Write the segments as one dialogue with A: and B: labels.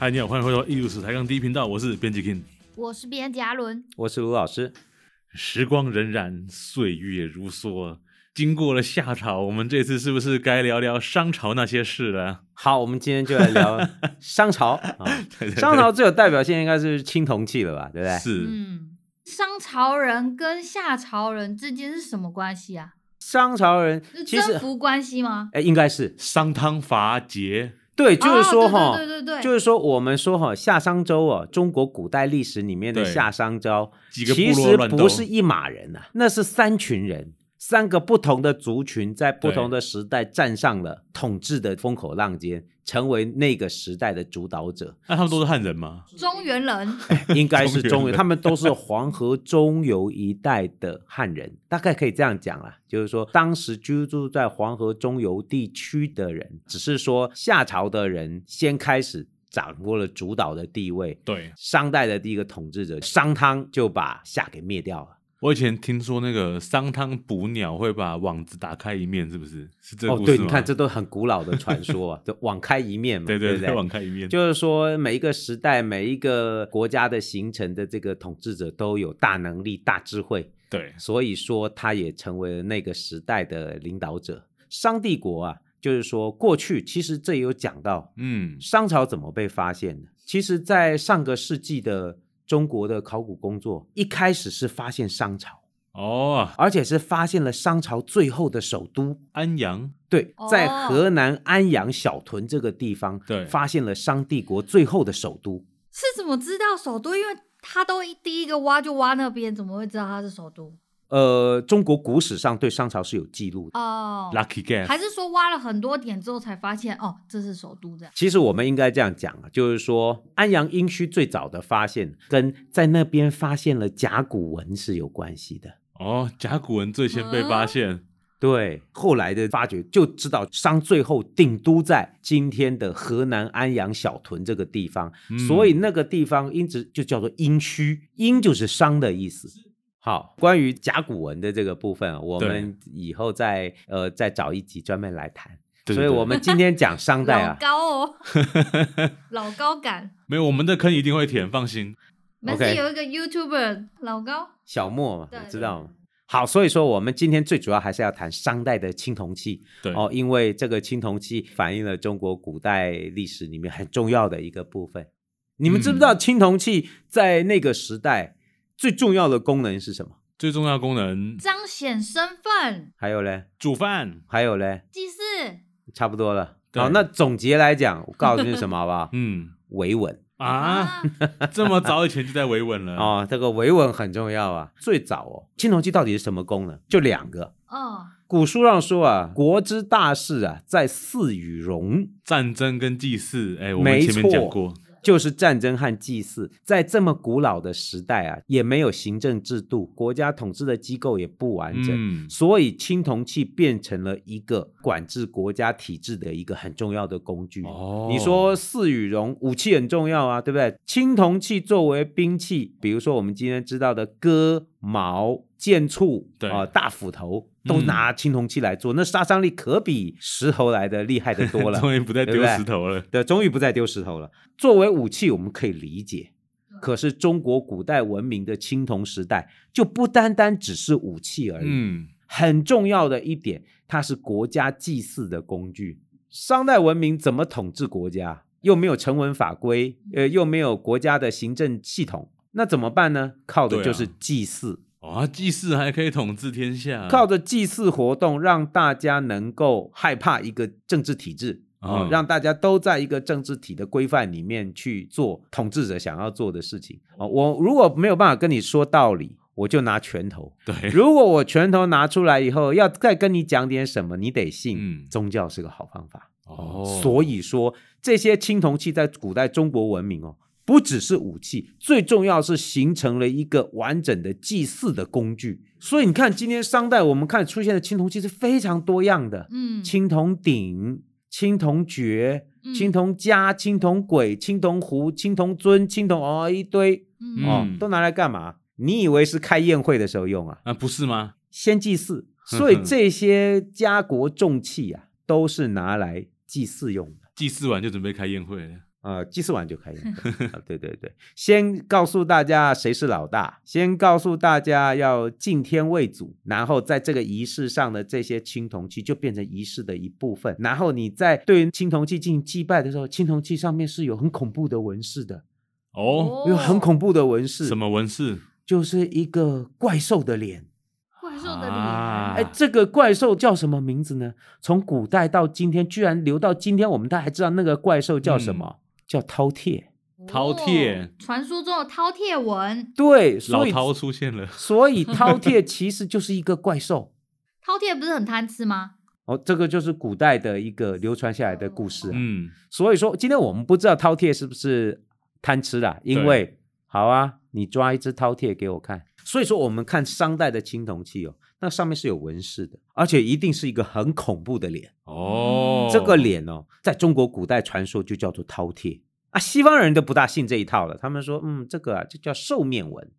A: 嗨，你好，欢迎回到艺术史台杠第一频道，我是编辑 King。
B: 我是编辑阿伦，
C: 我是卢老师。
A: 时光荏苒，岁月如梭，经过了夏朝，我们这次是不是该聊聊商朝那些事了？
C: 好，我们今天就来 聊商朝。啊
A: 对对对
C: 商朝最有代表性应该是青铜器了吧，对不对？
A: 是、
B: 嗯，商朝人跟夏朝人之间是什么关系啊？
C: 商朝人
B: 是
C: 其实
B: 征，服关系吗？
C: 哎，应该是
A: 商汤伐桀，
C: 对， 就是说哈、
B: 哦对对对对对，
C: 就是说我们说哈、夏商周哦，中国古代历史里面的
A: 对
C: 夏商周，
A: 几个
C: 其
A: 部
C: 实
A: 落乱斗
C: 不是一码人呐、那是三群人，三个不同的族群在不同的时代站上了统治的风口浪尖，成为那个时代的主导者。
A: 那他们都是汉人吗？
B: 中原人，
C: 应该是
A: 中
C: 中
A: 原
C: 原，
A: 人
C: 他们都是黄河中游一带的汉 人，大概可以这样讲啦。就是说，当时居住在黄河中游地区的人，只是说夏朝的人先开始掌握了主导的地位，
A: 对，
C: 商代的第一个统治者商汤就把夏给灭掉了。
A: 我以前听说那个商汤捕鸟会把网子打开一面，是不是？是这个
C: 哦
A: 故，事吗？
C: 对，你看这都很古老的传说 啊，就网开一面嘛，
A: 对
C: 对
A: 对
C: 不
A: 对，网开一面，
C: 就是说，每一个时代、每一个国家的形成的这个统治者都有大能力、大智慧，
A: 对，
C: 所以说他也成为了那个时代的领导者。商帝国啊，就是说过去其实这也有讲到
A: 嗯，
C: 商朝怎么被发现的。其实，在上个世纪的中国的考古工作，一开始是发现商朝，
A: 哦，
C: 而且是发现了商朝最后的首都。
A: 安阳，
C: 对
B: 哦，
C: 在河南安阳小屯这个地方，
A: 对
C: 发现了商帝国最后的首都。
B: 是怎么知道首都？因为他都一第一个挖就挖那边，怎么会知道他是首都？
C: 呃，中国古史上对商朝是有记录的。
B: 哦，
A: ，lucky guess，
B: 还是说挖了很多点之后才发现，哦，这是首都这样？
C: 其实我们应该这样讲啊，就是说安阳殷墟最早的发现跟在那边发现了甲骨文是有关系的。
A: 哦，甲骨文最先被发现，
C: 对，后来的发掘就知道商最后定都在今天的河南安阳小屯这个地方，
A: 嗯
C: 所以那个地方因此就叫做殷墟，殷就是商的意思。好，关于甲骨文的这个部分啊，我们以后再呃再找一集专门来谈。
A: 对对
C: 所以我们今天讲商代
B: 老
C: 啊，
B: 高 哦，老高感。
A: 没有，我们的坑一定会填，放心。
B: 没事，
C: OK
B: 有一个 YouTuber 老高，
C: 小莫嘛，
B: 对
C: 我知道嘛。好，所以说我们今天最主要还是要谈商代的青铜器
A: 对，
C: 哦，因为这个青铜器反映了中国古代历史里面很重要的一个部分。你们知不知道
A: 嗯
C: 青铜器在那个时代最重要的功能是什么？
A: 最重要的功能，
B: 彰显身份，
C: 还有嘞，
A: 煮饭。
C: 还有嘞，
B: 祭祀，
C: 差不多了。
A: 对？
C: 好，那总结来讲，我告诉你是什么好不好
A: 嗯
C: 维稳
A: 啊，，这么早以前就在维稳了
C: 哦，这个维稳很重要啊。最早哦，青铜器到底是什么功能？就两个。
B: 哦，
C: 古书上说啊，国之大事啊，在祀与戎。
A: 战争跟祭祀，哎，我们
C: 没
A: 前面讲
C: 错
A: 过，
C: 就是战争和祭祀，在这么古老的时代啊，也没有行政制度，国家统治的机构也不完整，
A: 嗯，
C: 所以青铜器变成了一个管制国家体制的一个很重要的工具。
A: 哦，
C: 你说四羽绒武器很重要啊，对不对？青铜器作为兵器，比如说我们今天知道的戈、矛、剑、簇，
A: 对
C: 啊、大斧头，都
A: 嗯
C: 拿青铜器来做，那杀伤力可比石头来的厉害的多 了。
A: 终于不再
C: 对
A: 丢
C: 不对
A: 石头了，
C: 对，终于不再丢石头了。作为武器，我们可以理解。可是中国古代文明的青铜时代，就不单单只是武器而已。
A: 嗯，
C: 很重要的一点，它是国家祭祀的工具。商代文明怎么统治国家？又没有成文法规，呃，又没有国家的行政系统，那怎么办呢？靠
A: 对
C: 的
A: 啊
C: 就是祭祀，
A: 哇，哦啊祭祀还可以统治天下，
C: 靠着祭祀活动，让大家能够害怕一个政治体制，
A: 哦
C: 哦，让大家都在一个政治体的规范里面去做统治者想要做的事情。哦，我如果没有办法跟你说道理，我就拿拳头。
A: 对，
C: 如果我拳头拿出来以后，要再跟你讲点什么，你得信。
A: 嗯
C: 宗教是个好方法。
A: 哦，
C: 所以说这些青铜器在古代中国文明哦，不只是武器，最重要是形成了一个完整的祭祀的工具。所以你看，今天商代我们看出现的青铜器是非常多样的，
B: 嗯，
C: 青铜鼎、青铜爵、
B: 嗯
C: 青铜枷、青铜簋、青铜壶、青铜尊、青铜哦一堆哦
A: 嗯，
C: 都拿来干嘛？你以为是开宴会的时候用啊？
A: 啊，不是吗？
C: 先祭祀，
A: 哼
C: 所以这些家国重器啊，都是拿来祭祀用的。
A: 祭祀完就准备开宴会了，
C: 呃，记事完就开始 啊。对对对，先告诉大家谁是老大，先告诉大家要敬天畏祖，然后在这个仪式上的这些青铜器就变成仪式的一部分。然后你在对于青铜器进行祭拜的时候，青铜器上面是有很恐怖的纹饰的，
A: 哦，
C: 有很恐怖的纹饰，
A: 什么纹饰？
C: 就是一个怪兽的脸。
B: 怪兽的脸，
A: 啊
C: 哎，这个怪兽叫什么名字呢？从古代到今天，居然留到今天，我们都还知道那个怪兽叫
A: 嗯
C: 什么？叫饕餮。
A: 饕餮
B: 哦传说中的饕餮纹，
C: 对，
A: 老
C: 所以啊
A: 饕出现了，
C: 所以饕餮其实就是一个怪兽。
B: 饕餮不是很贪吃吗？
C: 哦，这个就是古代的一个流传下来的故事、啊。
A: 嗯，
C: 所以说今天我们不知道饕餮是不是贪吃啦，因为好啊，你抓一只饕餮给我看。所以说我们看商代的青铜器哦，那上面是有纹饰的，而且一定是一个很恐怖的脸。
A: 哦，
C: 这个脸哦，在中国古代传说就叫做饕餮啊，西方人都不大信这一套了，他们说，嗯，这个啊就叫兽面纹，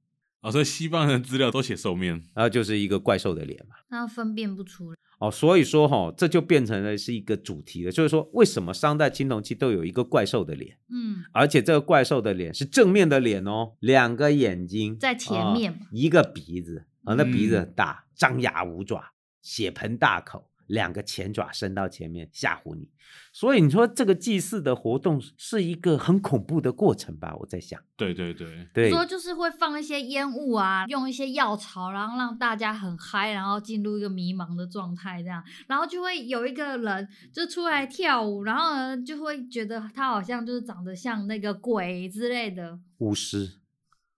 A: 哦，所以西方人的资料都写兽面，
C: 然后就是一个怪兽的脸嘛。
B: 那分辨不出来。
C: 哦，所以说哈、这就变成了是一个主题了，就是说为什么商代青铜器都有一个怪兽的脸，
B: 嗯，
C: 而且这个怪兽的脸是正面的脸哦，两个眼睛
B: 在前面
C: 啊一个鼻子啊、那鼻子
A: 嗯
C: 很大，张牙舞爪，血盆大口，两个前爪伸到前面吓唬你。所以你说这个祭祀的活动是一个很恐怖的过程吧？我在想，
A: 对对对，
C: 对
B: 说就是会放一些烟雾啊，用一些药草，然后让大家很嗨，然后进入一个迷茫的状态，这样，然后就会有一个人就出来跳舞，然后呢就会觉得他好像就是长得像那个鬼之类的
C: 巫师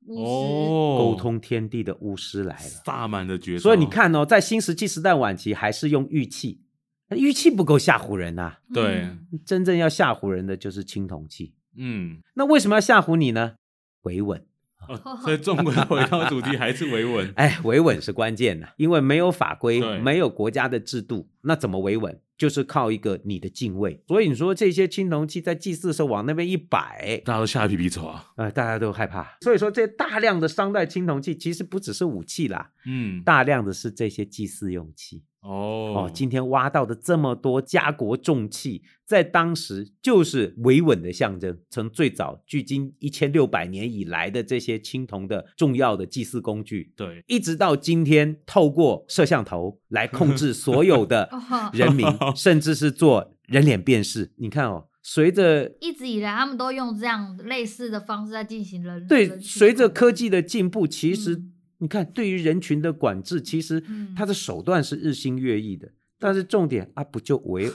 B: 巫师。
A: 哦，
C: 沟通天地的巫师来了。
A: 萨满的角色，
C: 所以你，看哦，在新石器时代晚期还是用玉器，那玉器不够吓唬人呐、
A: 对，
B: 嗯
C: 真正要吓唬人的就是青铜器。
A: 嗯，
C: 那为什么要吓唬你呢？维稳，
A: 哦，所以终归回到主题，还是维 稳，
C: 哎，维稳是关键呐、因为没有法规
A: 对，
C: 没有国家的制度，那怎么维稳？就是靠一个你的敬畏。所以你说这些青铜器在祭祀的时候往那边一摆，
A: 大家都吓得屁屁臭啊，
C: 呃，大家都害怕。所以说，这大量的商代青铜器其实不只是武器啦，
A: 嗯，
C: 大量的是这些祭祀用器。
A: 哦
C: 哦，，
B: 嗯
C: 今天挖到的这么多家国重器，在当时就是维稳的象征。从最早距今一千六百年以来的这些青铜的重要的祭祀工具，
A: 对，
C: 一直到今天，透过摄像头来控 制所有的
B: 哦，
C: 人民，甚至是做人脸辨识。你看哦，随 着
B: 一直以来他们都用这样类似的方式在进行人
C: 对
B: 人群
C: 随着
B: 控
C: 科技的进步，其实、
B: 嗯
C: 你看对于人群的管制，其实
B: 嗯
C: 它的手段是日新月异的。但是重点啊，不就维稳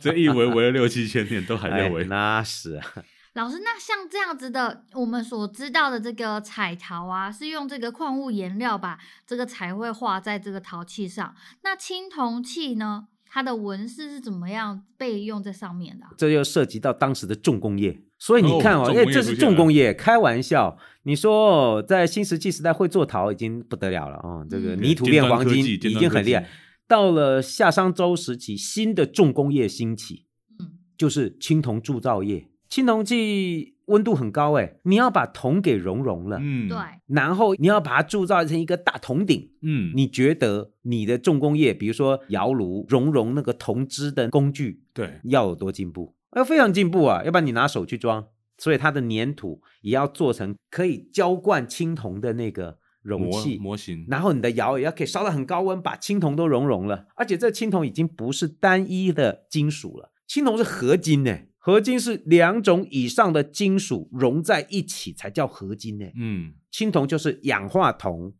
A: 这一维维了六七千年都还在
C: 哎
A: 维，
C: 那是啊，
B: 老师，那像这样子的，我们所知道的这个彩陶啊，是用这个矿物颜料把这个彩绘画在这个陶器上。那青铜器呢，它的纹饰是怎么样被用在上面的啊、
C: 这又涉及到当时的重工业。所以你看
A: 哦
C: 哦，
A: 重
C: 因
A: 工
C: 为
A: 业
C: 这是
A: 出现了
C: 重工业，开玩笑，你说哦在新石器时代会做陶已经不得了了啊、哦这个
B: 嗯
C: 泥土炼
A: 尖端
C: 黄金
A: 科技
C: 已经很厉害。，到了夏商周时期，新的重工业兴起，
B: 嗯，
C: 就是青铜铸造业。青铜器温度很高哎，你要把铜给熔融了，
A: 尖端科技
B: 对，
C: 然后你要把它铸造成一个大铜鼎，
A: 嗯嗯，
C: 你觉得你的重工业，比如说窑炉熔融那个铜汁的工具，
A: 对，
C: 要有多进步？要非常进步啊！要不然你拿手去装，所以它的粘土也要做成可以浇灌青铜的那个容
A: 模
C: 器。
A: 模型，
C: 然后你的窑也要可以烧到很高温，把青铜都熔融了。而且这青铜已经不是单一的金属了，青铜是合金呢。合金是两种以上的金属融在一起才叫合金呢。
A: 嗯
C: 青铜就是氧化铜，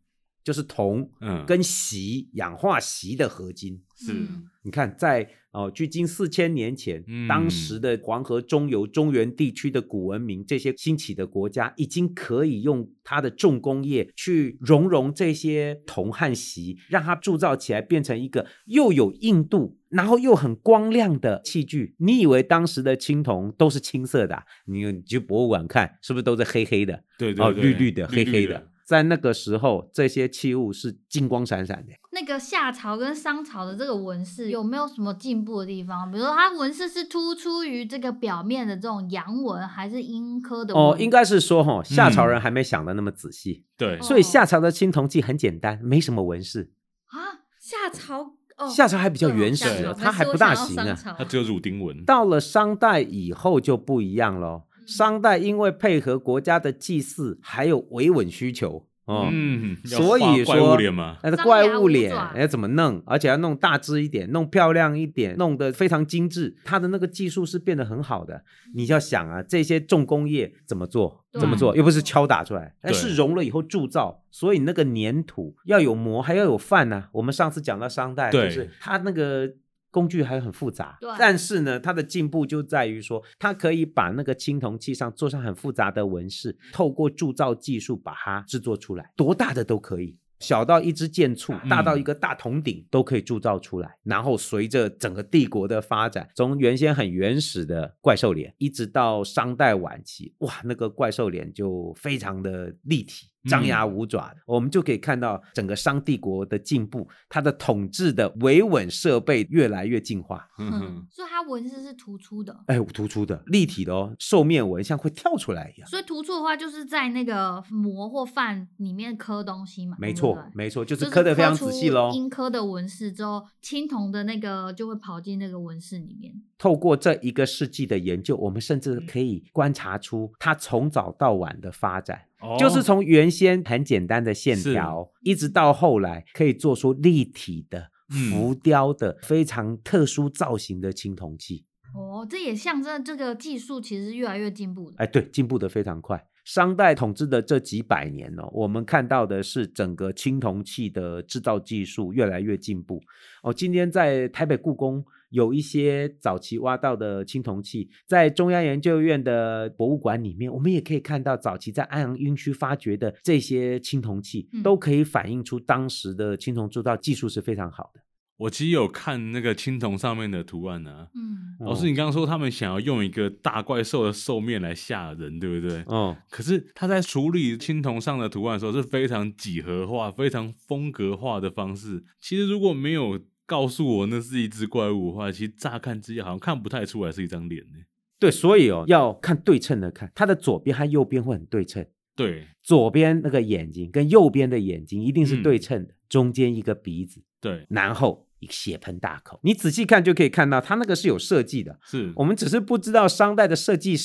C: 就是铜
A: 嗯，
C: 跟锡氧化锡的合金。
A: 是
B: 嗯
C: 你看，在哦，距今四千年前，
A: 嗯
C: 当时的黄河中游、中原地区的古文明，这些兴起的国家已经可以用它的重工业去熔融这些铜和锡，让它铸造起来变成一个又有硬度，然后又很光亮的器具。你以为当时的青铜都是青色的啊、你你去博物馆看，是不是都是黑黑的？
A: 对对
C: 哦，
A: 对
C: 绿绿的、黑黑
A: 的
C: 的。，在那个时候，这些器物是金光闪闪的。
B: 那个夏朝跟商朝的这个纹饰有没有什么进步的地方？比如说它纹饰是突出于这个表面的这种阳纹，还是阴科的纹
C: 哦，应该是说哈、夏朝人还没想的那么仔细，
A: 对
B: 哦
C: 所以夏朝的青铜器很简单，没什么纹饰。
B: 啊，夏朝哦，
C: 夏朝还比
B: 比
C: 较原始
A: 对
C: 了，它还不大行啊。
A: 它只有乳丁纹，
C: 到了商代以后就不一样喽。商代因为配合国家的祭祀，还有维稳需求，哦、
A: 嗯，要
C: 所
A: 画
C: 以
A: 怪
C: 说
A: 物脸嘛，
C: 那个
B: 张
C: 怪
B: 牙
C: 物
B: 舞
C: 脸
B: 爪
C: 要怎么弄？而且要弄大只一点，弄漂亮一点，弄得非常精致。它的那个技术是变得很好的。你要想啊，这些重工业怎么做？
B: 对啊
C: 怎么做？又不是敲打出来，哎，
A: 对
C: 是融了以后铸造，所以那个粘土要有磨，还要有饭呐、我们上次讲到商代，就
A: 对
C: 是它那个。工具还很复杂
B: 对，
C: 但是呢，它的进步就在于说，它可以把那个青铜器上做上很复杂的纹饰，透过铸造技术把它制作出来，多大的都可以。小到一支箭簇，
A: 嗯
C: 大到一个大铜鼎都可以铸造出来。然后随着整个帝国的发展，从原先很原始的怪兽脸，一直到商代晚期，哇，那个怪兽脸就非常的立体，张牙舞爪的。我们就可以看到整个商帝国的进步，它的统治的维稳设备越来越进化。
A: 哼哼，
B: 嗯所以它纹饰是突出的。
C: 哎，突出的、立体的哦，兽面纹像会跳出来一样。
B: 所以突出的话，就是在那个膜或饭里面刻东西嘛。
C: 没
B: 对不
C: 错
B: 对，
C: 没错，就
B: 嗯就是
C: 刻得非常
B: 出
C: 仔细喽。
B: 阴科的纹饰之后，青铜的那个就会跑进那个纹饰里面。
C: 透过这一个世纪的研究，我们甚至可
A: 嗯
C: 以观察出它从早到晚的发展，
A: 哦
C: 就是从原先很简单的线条，一直到后来可以做出立体的、
A: 嗯
C: 浮雕的、非常特殊造型的青铜器。
B: 哦，这也象征这个技术其实越来越进步的。
C: 哎，对，进步得非常快。商代统治的这几百年哦，我们看到的是整个青铜器的制造技术越来越进步哦。今天在台北故宫有一些早期挖到的青铜器，在中央研究院的博物馆里面，我们也可以看到早期在安阳运区发掘的这些青铜器，
B: 嗯
C: 都可以反映出当时的青铜铸造技术是非常好的。
A: 我其实有看那个青铜上面的图案啊呢、
B: 嗯，
C: 哦
A: 老师，你刚刚说他们想要用一个大怪兽的兽面来吓人，对不对？
C: 哦，
A: 可是他在处理青铜上的图案的时候是非常几何化、非常风格化的方式。其实如果没有告诉我那是一只怪物的话，其实乍看之下好像看不太出来是一张脸呢。
C: 对，所以哦，要看对称的看，它的左边和右边会很对称。
A: 对
C: 左边那个眼睛跟右边的眼睛一定是对称的，中间一个鼻子，
A: 对，
C: 然后一个血盆大口。你仔细看就可以看到，它那个是有设计的。
A: 是
C: 我们只是不知道商代的设计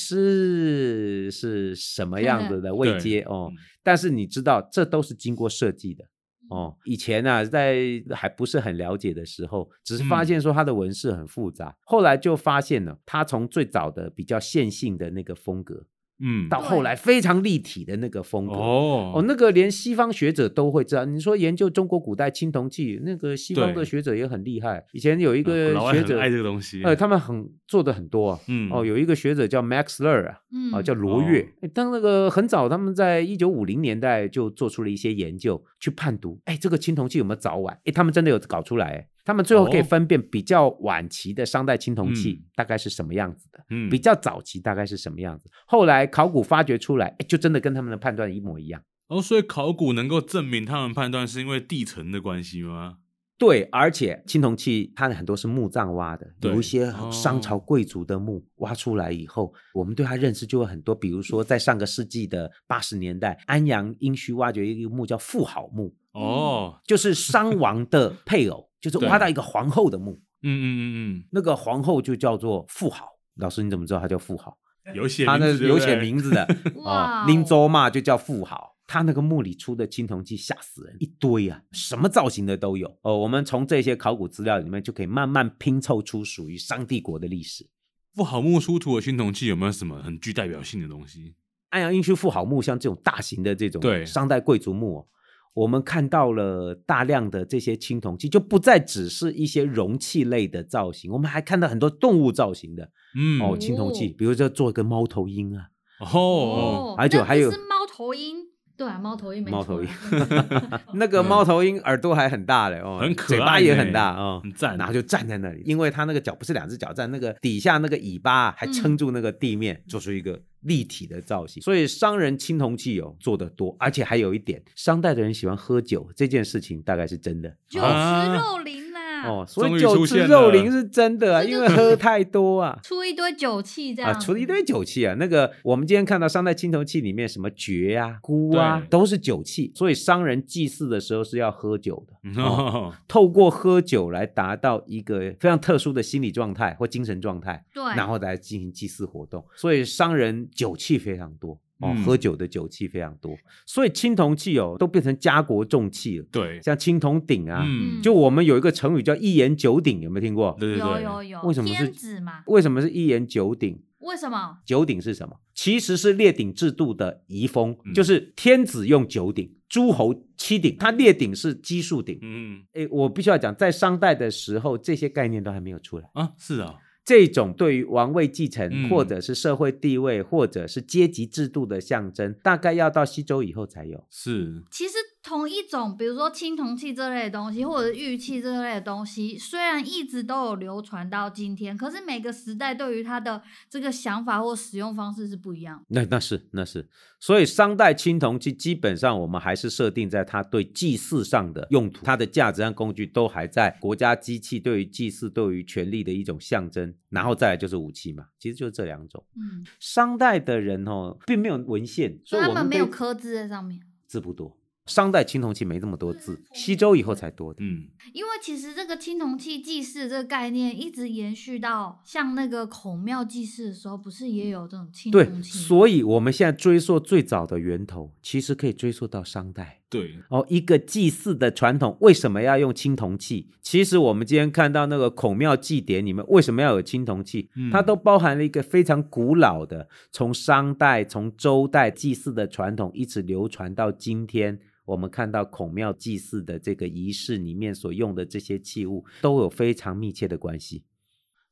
C: 师是什么样子的位阶哦
A: 嗯，
C: 但是你知道这都是经过设计的哦。以前啊，在还不是很了解的时候，只是发现说它的纹饰很复杂，后来就发现了它从最早的比较线性的那个风格，
A: 嗯
C: 到后来非常立体的那个风格
A: 哦
C: 哦，那个连西方学者都会知道。你说研究中国古代青铜器，那个西方
A: 对嗯
C: 的学者也很厉害。以前有一个
A: 老外
C: 学
A: 很
C: 者，
A: 爱这个东西，
C: 呃，他们很做的很多啊。
A: 嗯
C: 哦，有一个学者叫 Max Ler 啊，
B: 嗯，
C: 啊叫罗越
A: 哦。
C: 诶当那个很早，他们在一九五零年代就做出了一些研究，去判读，哎，这个青铜器有没有早晚？哎，他们真的有搞出来。诶他们最后可以
A: 哦
C: 分辨比较晚期的商代青铜器
A: 嗯
C: 大概是什么样子的。
A: 嗯
C: 比较早期大概是什么样子，后来考古发掘出来，诶就真的跟他们的判断一模一样。
A: 哦，所以考古能够证明他们判断是因为地层的关系吗？
C: 对，而且青铜器它很多是墓葬挖的，
A: 对
C: 有一些
A: 哦
C: 商朝贵族的墓挖出来以后，我们对它认识就会很多。比如说，在上个世纪的八十年代，安阳殷墟挖掘一个墓叫妇好墓，
A: 哦，
C: 就 是商王的配偶，就是
A: 对
C: 挖到一个皇后的墓，
A: 嗯嗯嗯
C: 那个皇后就叫做妇好。老师，你怎么知道她叫妇好？
A: 嗯，有写
C: 她
A: 名
C: 那
A: 字
C: 有写，
A: 对不对
C: 名字的，
B: 哇
C: 哦
B: 哦，，
C: 林州嘛就叫富豪。他那个墓里出的青铜器吓死人，一堆啊，什么造型的都有。哦，我们从这些考古资料里面就可以慢慢拼凑出属于商帝国的历史。
A: 富好木出土的青铜器有没有什么很具代表性的东西？
C: 安阳殷墟富豪墓，像这种大型的这
A: 对
C: 种商代贵族墓、哦，我们看到了大量的这些青铜器，就不再只是一些容器类的造型，我们还看到很多动物造型的
A: 嗯，
C: 哦青铜器，
B: 哦
C: 比如说做一个猫头鹰啊，
A: 哦，
C: 还有
B: 那不
C: 还有
B: 是猫头鹰，对啊，猫头鹰没错啊，
C: 猫头鹰
B: 嗯
C: 那个猫头鹰耳朵还很大嘞，哦，
A: 很可爱
C: 嘴巴也
A: 呢
C: 很大哦，
A: 很赞
C: 然后就站在那里，因为它那个脚不是两只脚站，那个底下那个尾巴啊还撑住那个地面，做出一个立体的造型。所以商人青铜器哦做的多，而且还有一点，商代的人喜欢喝酒这件事情大概是真的。
B: 酒
A: 啊
B: 池肉林啦，啊，
C: 哦，所
A: 终
C: 以
A: 于
C: 酒
A: 出
C: 池
A: 现
C: 肉
A: 了
C: 林是真的啊，
B: 这就
C: 因为喝太多啊。
B: 出一堆酒气这样
C: 啊，
B: 子，
C: 除了一堆酒气啊，那个我们今天看到商代青铜器里面什么爵啊、菇啊
A: 对，
C: 都是酒气，所以商人祭祀的时候是要喝酒的，
A: 哦，
C: 透过喝酒来达到一个非常特殊的心理状态或精神状态，
B: 对，
C: 然后来进行祭祀活动。所以商人酒气非常多哦，
A: 嗯
C: 喝酒的酒气非常多，所以青铜器哦都变成家国重器了，
A: 对，
C: 像青铜鼎啊，
A: 嗯，
C: 就我们有一个成语叫一言九鼎，有没有听过？
A: 对对
B: 有
A: 对，
B: 有有，
C: 为什么是
B: 天子嘛？
C: 为什么是一言九鼎？
B: 为什么？
C: 九鼎是什么？其实是列鼎制度的遗风，
A: 嗯
C: 就是天子用九鼎，诸侯七鼎，它列鼎是奇数鼎。
A: 嗯
C: 诶，我必须要讲，在商代的时候，这些概念都还没有出来。
A: 啊，是啊，
C: 这种对于王位继承，
A: 嗯
C: 或者是社会地位，或者是阶级制度的象征，大概要到西周以后才有。
A: 是，
B: 其实同一种，比如说青铜器这类的东西，或者是玉器这类的东西，虽然一直都有流传到今天，可是每个时代对于它的这个想法或使用方式是不一样的。
C: 那那是那是，所以商代青铜器基本上我们还是设定在它对祭祀上的用途，它的价值和工具都还在国家机器对于祭祀、对于权力的一种象征，然后再来就是武器嘛，其实就是这两种。
B: 嗯，
C: 商代的人哦，并没有文献，
B: 所
C: 所
B: 以
C: 以
B: 他
C: 我
B: 们没
C: 对
B: 有刻字在上面。
C: 字不多。商代青铜器没那么多字，西周以后才多的。
A: 嗯，
B: 因为其实这个青铜器祭祀这个概念一直延续到像那个孔庙祭祀的时候，不是也有这种青
C: 对，
A: 嗯
B: 铜器吗？
C: 所以我们现在追溯最早的源头，其实可以追溯到商代。
A: 对，
C: 哦，一个祭祀的传统为什么要用青铜器？其实我们今天看到那个孔庙祭典里面为什么要有青铜器？
A: 嗯
C: 它都包含了一个非常古老的，从商代、从周代祭祀的传统，一直流传到今天。我们看到孔庙祭祀的这个仪式里面所用的这些器物，都有非常密切的关系。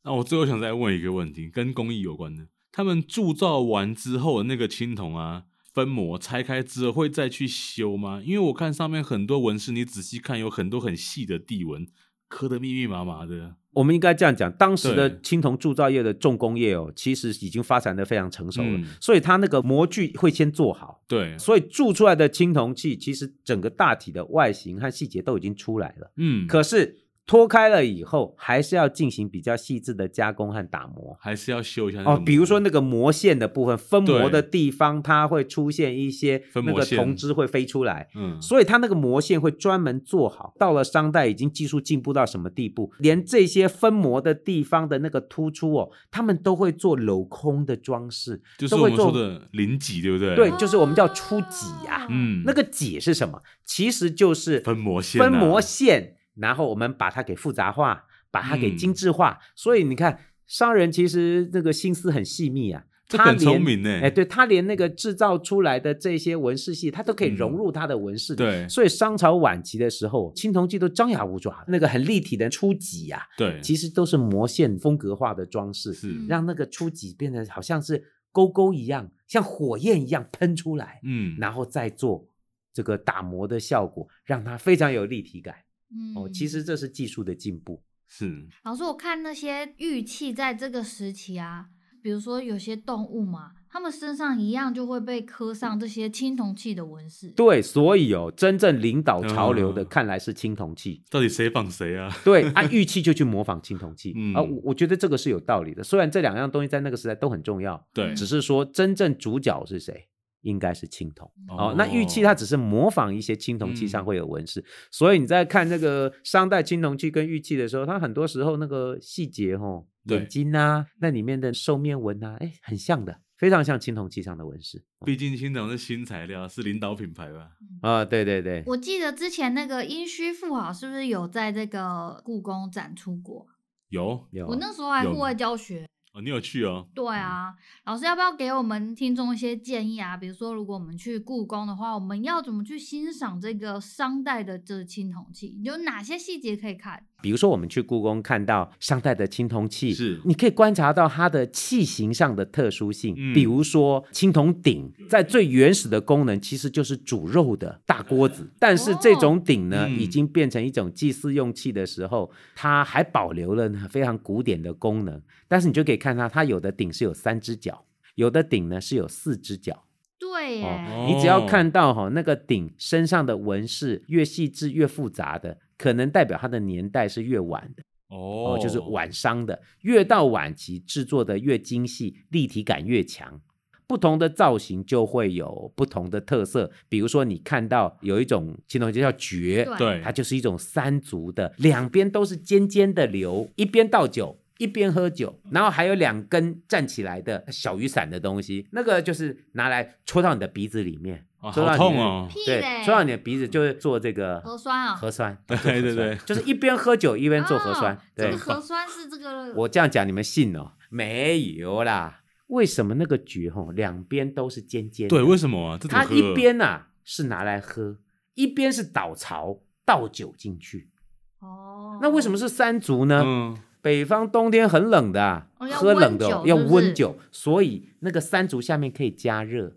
A: 那我最后想再问一个问题，跟工艺有关的。他们铸造完之后的那个青铜啊，分模拆开之后会再去修吗？因为我看上面很多纹饰，你仔细看有很多很细的地纹，刻的密密麻麻的。
C: 我们应该这样讲，当时的
A: 对
C: 青铜铸造业的重工业哦，其实已经发展的非常成熟了，
A: 嗯
C: 所以它那个模具会先做好。
A: 对，
C: 所以铸出来的青铜器，其实整个大体的外形和细节都已经出来了，
A: 嗯，
C: 可是脱开了以后，还是要进行比较细致的加工和打磨。
A: 还是要修一下那个
C: 哦，
A: 模
C: 比如说那个磨线的部分，分磨
A: 嗯对
C: 的地方，它会出现一些
A: 分
C: 那
A: 磨
C: 个
A: 线
C: 铜汁会飞出来，
A: 嗯，
C: 所以它那个磨线会专门做好。到了商代，已经技术进步到什么地步，连这些分磨的地方的那个突出哦，他们都会做镂空的装饰，
A: 就是
C: 都
A: 我
C: 会
A: 们
C: 做
A: 说的零级，对不对？
C: 对就是我们叫初级啊
B: 哦
A: 嗯，
C: 那个解是什么？其实就是
A: 分模线、啊，
C: 分模线，然后我们把它给复杂化，把它给
A: 嗯
C: 精致化。所以你看，商人其实那个心思很细密啊，
A: 这
C: 他
A: 很聪
C: 连
A: 明欸呢
C: 哎，对他连那个制造出来的这些纹饰系，他都可以
A: 嗯
C: 融入他的纹饰里。
A: 对
C: 所以商朝晚期的时候，青铜器都张牙舞爪，那个很立体的初级啊，
A: 对，
C: 其实都是磨线风格化的装饰，
A: 是，
C: 让那个初级变得好像是勾勾一样，像火焰一样喷出来。
A: 嗯，
C: 然后再做这个打磨的效果，让它非常有立体感。
B: 嗯
C: 哦，其实这是技术的进步。
A: 是，
B: 老师，我看那些玉器在这个时期啊，比如说有些动物嘛，它们身上一样就会被刻上这些青铜器的纹饰。
C: 对，所以哦，真正领导潮流的，
A: 嗯
C: 看来是青铜器。
A: 到底谁仿谁啊？
C: 对，啊，玉器就去模仿青铜器。
A: 嗯
C: 啊，我我觉得这个是有道理的。虽然这两样东西在那个时代都很重要，
A: 对，
C: 只是说真正主角是谁，应该是青铜。哦
A: 哦，
C: 那玉器它只是模仿一些青铜器上
A: 嗯
C: 会有纹饰，所以你在看那个商代青铜器跟玉器的时候，它很多时候那个细节哦，
A: 对
C: 眼睛啊，那里面的兽面纹啊，哎，很像的，非常像青铜器上的纹饰
A: 毕竟青铜是新材料，是领导品牌吧？
C: 啊、对对对，
B: 我记得之前那个殷墟妇好是不是有在这个故宫展出过？
A: 有
C: 有
B: 我那时候还
A: 有
B: 户外教学。
A: 哦，你有去哦？
B: 对啊，老师要不要给我们听众一些建议啊？比如说，如果我们去故宫的话，我们要怎么去欣赏这个商代的这青铜器？有哪些细节可以看？
C: 比如说我们去故宫看到商代的青铜器，
A: 是
C: 你可以观察到它的器型上的特殊性，
A: 嗯
C: 比如说青铜鼎，在最原始的功能其实就是煮肉的大锅子，但是这种鼎呢，
A: 哦嗯
C: 已经变成一种祭祀用器的时候，它还保留了非常古典的功能，但是你就可以看到它有的鼎是有三只脚，有的鼎呢是有四只脚。
B: 对耶，
C: 哎哦你只要看到哈、那个鼎身上的纹饰越细致越复杂的，可能代表它的年代是越晚的
A: 哦
C: 哦，就是晚商的，越到晚期制作的越精细，立体感越强。不同的造型就会有不同的特色，比如说你看到有一种青铜器叫爵，
B: 对
A: 对，
C: 它就是一种三足的，两边都是尖尖的流，一边倒酒，一边喝酒，然后还有两根站起来的小雨伞的东西，那个就是拿来戳到你的鼻子里面，
A: 啊
C: 戳到
A: 好
C: 你
A: 痛
C: 的
A: 哦，
B: 屁
C: 对
B: 嘞，
C: 戳到你的鼻子就是做这个
B: 核酸啊，
C: 核酸，
A: 对
C: 做核
A: 对对
C: 酸就是一边喝酒一边做核酸
B: 哦，这
C: 对
B: 个，核酸是这个
C: 我这样讲你们信哦？没有啦，为什么那个局吼两边都是尖尖的？
A: 对，为什么啊？这怎么
C: 它
A: 喝
C: 一边呐、啊、是拿来喝，一边是倒槽倒酒进去。
B: 哦，
C: 那为什么是山竹呢？
A: 嗯，
C: 北方冬天很冷的、啊，
B: 哦要
C: 喝冷的
B: 温酒
C: 哦要
B: 是不是
C: 温酒，所以那个山竹下面可以加热，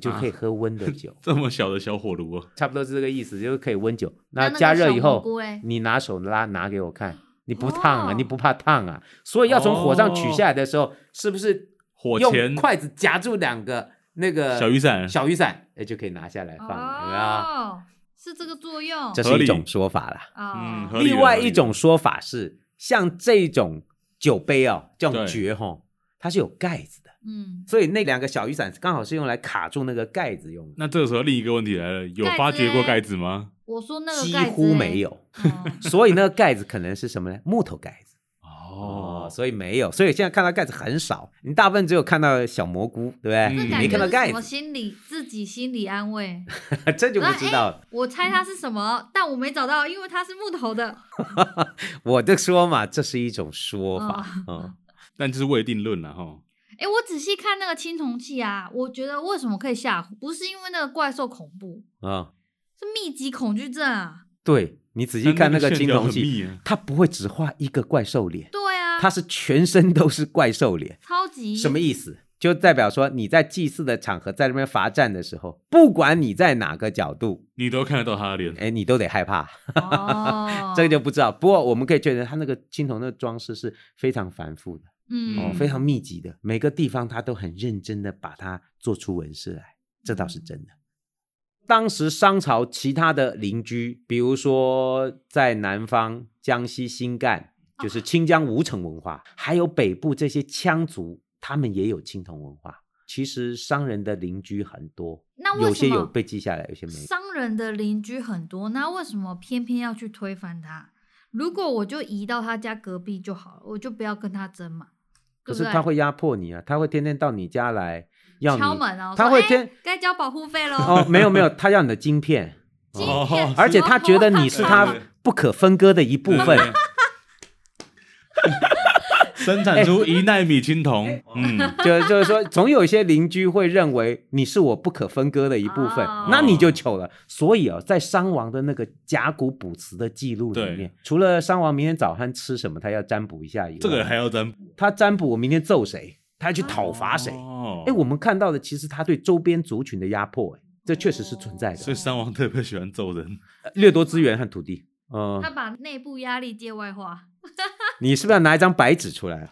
C: 就可以喝温的 酒，
A: 这么小的小火炉啊，
C: 差不多是这个意思，就是可以温酒。
B: 那那个
C: 加热以
B: 小蘑菇
C: 后
B: 欸，
C: 你拿手拉拿给我看，你不烫啊，
B: 哦
C: 你不怕烫啊？所以要从火上取
A: 哦
C: 下来的时候，是不是
A: 火
C: 用
A: 钳
C: 筷子夹住两个那个
A: 小雨伞，
C: 小雨伞，哎，就可以拿下来放了，有没有？
B: 哦，是这个作用
C: 这
A: 合
C: 是
A: 理
C: 一种说法啦。
A: 嗯
B: 哦，
A: 合理的
C: 另外
A: 合理
C: 一
A: 的
C: 种说法是，像这种酒杯哦，这
A: 对
C: 种爵吼，它是有盖子的，
B: 嗯，
C: 所以那两个小雨伞刚好是用来卡住那个盖子用的，
A: 那这个时候另一个问题来了，有
B: 盖子
A: 发掘过
B: 嘞
A: 盖子吗？
B: 我说那个
C: 几
B: 盖子
C: 乎
B: 欸
C: 没，有。
B: 哦
C: 所以那个盖子可能是什么呢？ 木头盖子
A: 哦，
C: 所以没有，所以现在看到盖子很少，你大部分只有看到小蘑菇，对不对？
A: 嗯
B: 这
C: 你
B: 感
C: 没
B: 觉
C: 看到
B: 是
C: 盖
B: 什么
C: 子，
B: 心理自己心理安慰，
C: 这就不知道了。
B: 我猜它是什么，但我没找到，因为它是木头的。哎
C: 我就说嘛，这是一种说法，
A: 啊
C: 嗯，
A: 但这是未定论了哈。
B: 哎，我仔细看那个青铜器啊，我觉得为什么可以吓唬，不是因为那个怪兽恐怖，
C: 啊、
B: 是密集恐惧症啊。
C: 对你仔细看那个
A: 但
C: 青
A: 线条
C: 铜
A: 很
C: 器，
A: 密啊，
C: 它不会只画一个怪兽脸。
B: 对啊，
C: 它是全身都是怪兽脸，
B: 超级
C: 什么意思？就代表说你在祭祀的场合，在那边罚站的时候，不管你在哪个角度，
A: 你都看得到他的脸。
C: 哎，你都得害怕。，
B: 哦
C: 这个就不知道。不过我们可以确认，它那个青铜的装饰是非常繁复的，
B: 嗯、
C: 哦，非常密集的，每个地方它都很认真的把它做出纹饰来，这倒是
B: 嗯
C: 真的。当时商朝其他的邻居，比如说在南方江西新干，就是
B: 啊
C: 清江吴城文化，还有北部这些羌族，他们也有青铜文化。其实商人的邻居很多，
B: 那为
C: 有
B: 什
C: 些有
B: 么
C: 被记下来，有些没有。
B: 商人的邻居很多，那为什么偏偏要去推翻他？如果我就移到他家隔壁就好了，我就不要跟他争嘛。对
C: 可
B: 不
C: 是
B: 对嗯
C: 他会压迫你啊，他会天天到你家来要你
B: 敲门哦，
C: 他
B: 说
C: 会
B: 哎
C: 天
B: 该交保护费喽。
C: 哦，没 有没有，他要你的晶片，
B: 今
A: 哦
B: 天
C: 而且他觉得你是 他
A: 对对
C: 不可分割的一部分。
A: 对 生产出一纳米青
C: 哎
A: 铜，嗯，
C: 就就是说，总有一些邻居会认为你是我不可分割的一部分，
B: 哦
C: 那你就糗了。所以啊、在商王的那个甲骨卜辞的记录里面，除了商王明天早餐吃什么，他要占卜一下以外，
A: 这个还要占卜
C: 他占卜我明天揍谁，他要去讨伐谁。
A: 哦
C: 哎、我们看到的其实他对周边族群的压迫、哎，这确实是存在的呃
A: 所以，商王特别喜欢揍人，
C: 掠夺资源和土地。嗯、
B: 他把内部压力界外化。
C: 你是不是要拿一张白纸出来啊？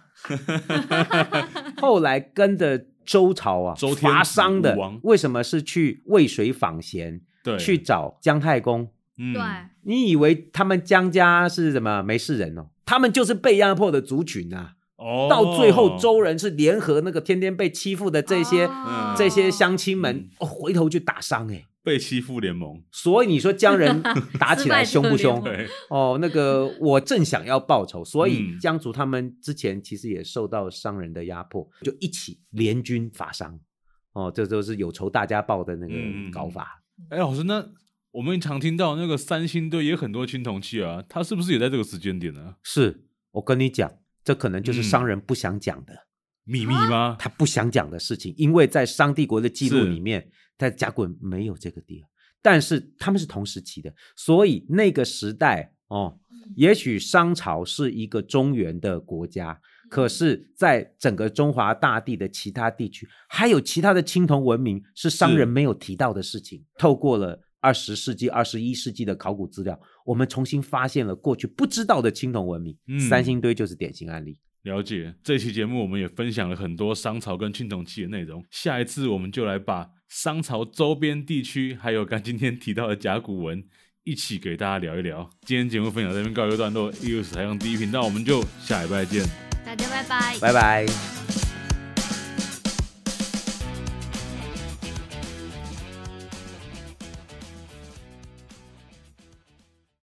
C: 后来跟着周朝啊，
A: 周天子
C: 伐商的
A: 武王
C: 为什么是去渭水访贤，
A: 对，
C: 去找姜太公？
A: 嗯
B: 对，
C: 你以为他们姜家是什么没事人哦？他们就是被压迫的族群啊！
A: 哦，
C: 到最后，周人是联合那个天天被欺负的这些、
B: 哦
C: 这些乡亲们
A: 嗯，
C: 哦，回头去打商哎、
A: 被欺负联盟，
C: 所以你说姜人打起来凶不凶？
A: 对，
C: 哦，那个我正想要报仇，所以
A: 嗯
C: 羌族他们之前其实也受到商人的压迫，就一起联军伐商。哦，这都是有仇大家报的那
A: 嗯嗯嗯
C: 个搞法。
A: 哎，老师，那我们常听到那个三星堆也很多青铜器啊，它是不是也在这个时间点呢？
C: 是我跟你讲，这可能就是
A: 嗯
C: 商人不想讲的，
A: 秘密吗？
C: 他不想讲的事情，因为在商帝国的记录
A: 是
C: 里面，在甲骨文没有这个地儿，但是他们是同时期的，所以那个时代哦，
B: 嗯
C: 也许商朝是一个中原的国家，可
A: 嗯
C: 是，在整个中华大地的其他地区，还有其他的青铜文明是商
A: 是
C: 人没有提到的事情。透过了二十世纪、二十一世纪的考古资料，我们重新发现了过去不知道的青铜文明。
A: 嗯
C: 三星堆就是典型案例。
A: 了解，这期节目我们也分享了很多商朝跟青铜器的内容。下一次我们就来把商朝周边地区，还有刚今天提到的甲骨文，一起给大家聊一聊。今天节目分享这边告一个段落，EUS 台用第一频道，我们就下礼拜见。
B: 大家拜拜。
C: 拜拜。